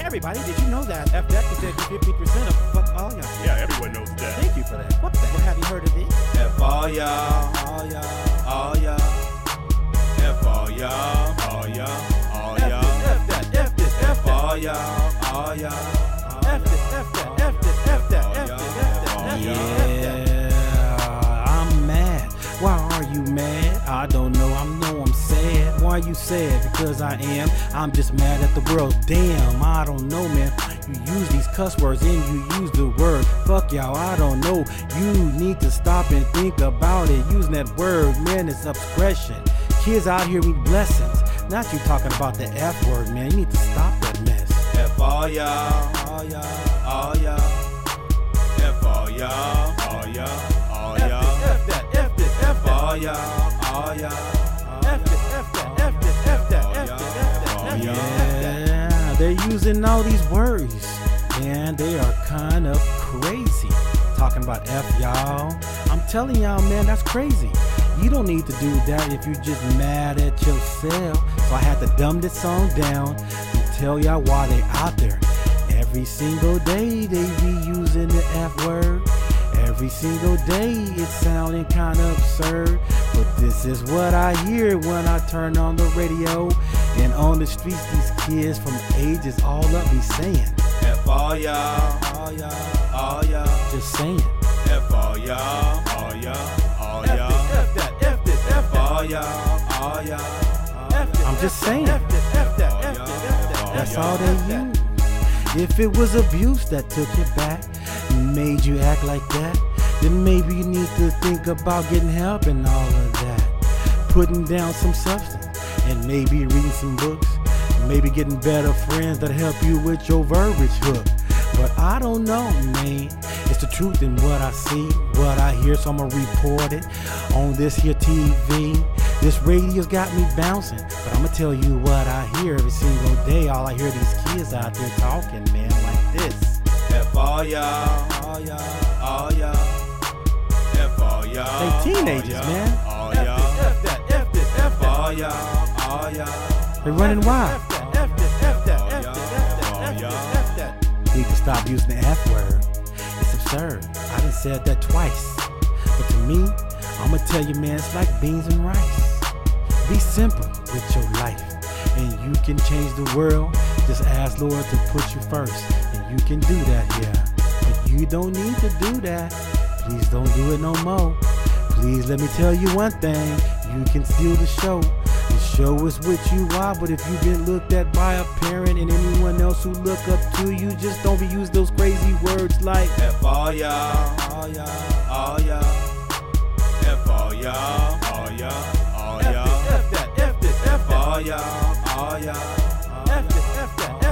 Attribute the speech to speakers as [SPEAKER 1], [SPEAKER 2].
[SPEAKER 1] everybody. Did you know that F Deck is 50% of fuck all y'all?
[SPEAKER 2] Yeah, everyone knows that.
[SPEAKER 1] Thank you for that. What the hell have you heard of these?
[SPEAKER 3] F all y'all,
[SPEAKER 1] All y'all.
[SPEAKER 3] all y'all. F all y'all, all y'all, all
[SPEAKER 1] F this, F that,
[SPEAKER 3] y'all.
[SPEAKER 1] F this, F
[SPEAKER 3] F
[SPEAKER 1] that.
[SPEAKER 3] all y'all, all y'all.
[SPEAKER 1] F this, F that, F this, F that, F this, F that, F this, F that.
[SPEAKER 4] Yeah, I'm mad. Why are you mad? I don't know. I know I'm sad. Why you sad? Because I am. I'm just mad at the world. Damn, I don't know, man. You use these cuss words and you use the word fuck y'all. I don't know. You need to stop and think about it. Using that word, man, it's oppression. Kids out here need blessings. Not you talking about the F word, man. You need to stop that mess.
[SPEAKER 3] F all y'all, all y'all, all y'all. F all y'all, all y'all, all
[SPEAKER 1] F this,
[SPEAKER 3] y'all.
[SPEAKER 1] F that, F this, F
[SPEAKER 3] F
[SPEAKER 1] that.
[SPEAKER 3] all y'all, all y'all.
[SPEAKER 1] F this, F that, F this, F that, F this, F that, F
[SPEAKER 3] Oh,
[SPEAKER 1] this,
[SPEAKER 3] yeah.
[SPEAKER 1] F that.
[SPEAKER 4] Yeah, they're using all these words. Man, they are kind of crazy. Talking about F y'all. I'm telling y'all, man, that's crazy. You don't need to do that if you're just mad at yourself. So I had to dumb this song down and tell y'all why they out there. Every single day they be using the F word. Every single day it's sounding kind of absurd, but this is what I hear when I turn on the radio and on the streets. These kids from ages all up be saying,
[SPEAKER 3] F all y'all, all y'all, all y'all.
[SPEAKER 4] just saying.
[SPEAKER 3] F all y'all, all y'all, all y'all.
[SPEAKER 1] F this, F that, F this, F that.
[SPEAKER 3] All y'all, all y'all.
[SPEAKER 1] F this,
[SPEAKER 4] I'm
[SPEAKER 1] F
[SPEAKER 4] just
[SPEAKER 1] that,
[SPEAKER 4] saying.
[SPEAKER 1] F this, F that, F this, F that, F
[SPEAKER 4] That's
[SPEAKER 1] that,
[SPEAKER 4] all
[SPEAKER 1] F
[SPEAKER 4] they
[SPEAKER 1] that.
[SPEAKER 4] use. If it was abuse that took you back, made you act like that, then maybe you need to think about getting help and all of that. Putting down some substance and maybe reading some books, maybe getting better friends that help you with your verbiage hook. But I don't know, man. It's the truth in what I see, what I hear, so I'ma report it on this here TV. This radio's got me bouncing, but I'ma tell you what I hear every single day. All I hear these kids out there talking, man, like this.
[SPEAKER 3] F all y'all, all y'all, all y'all. F all y'all.
[SPEAKER 4] They teenagers,
[SPEAKER 3] all y'all,
[SPEAKER 4] man.
[SPEAKER 3] All
[SPEAKER 1] F
[SPEAKER 3] y'all.
[SPEAKER 1] this, F that, F this, F
[SPEAKER 3] F
[SPEAKER 1] that.
[SPEAKER 3] all y'all, all y'all.
[SPEAKER 4] They're running wild.
[SPEAKER 1] F that, F this, F that, F this, F that, F this, F that.
[SPEAKER 4] Need to stop using the F word. It's absurd. I done said that twice. But to me, I'ma tell you, man, it's like beans and rice. Be simple with your life, and you can change the world. Just ask Lord to put you first, and you can do that here. But you don't need to do that. Please don't do it no more. Please let me tell you one thing. You can steal the show. The show is what you are, but if you've been looked at by a parent and anyone else who look up to you, just don't be use those crazy words like
[SPEAKER 3] F all y'all, all y'all, all y'all. F all y'all, all y'all, all
[SPEAKER 1] F
[SPEAKER 3] y'all.
[SPEAKER 1] this, F that, F this, F
[SPEAKER 3] F
[SPEAKER 1] that.
[SPEAKER 3] all y'all, all y'all.
[SPEAKER 1] F this, F that,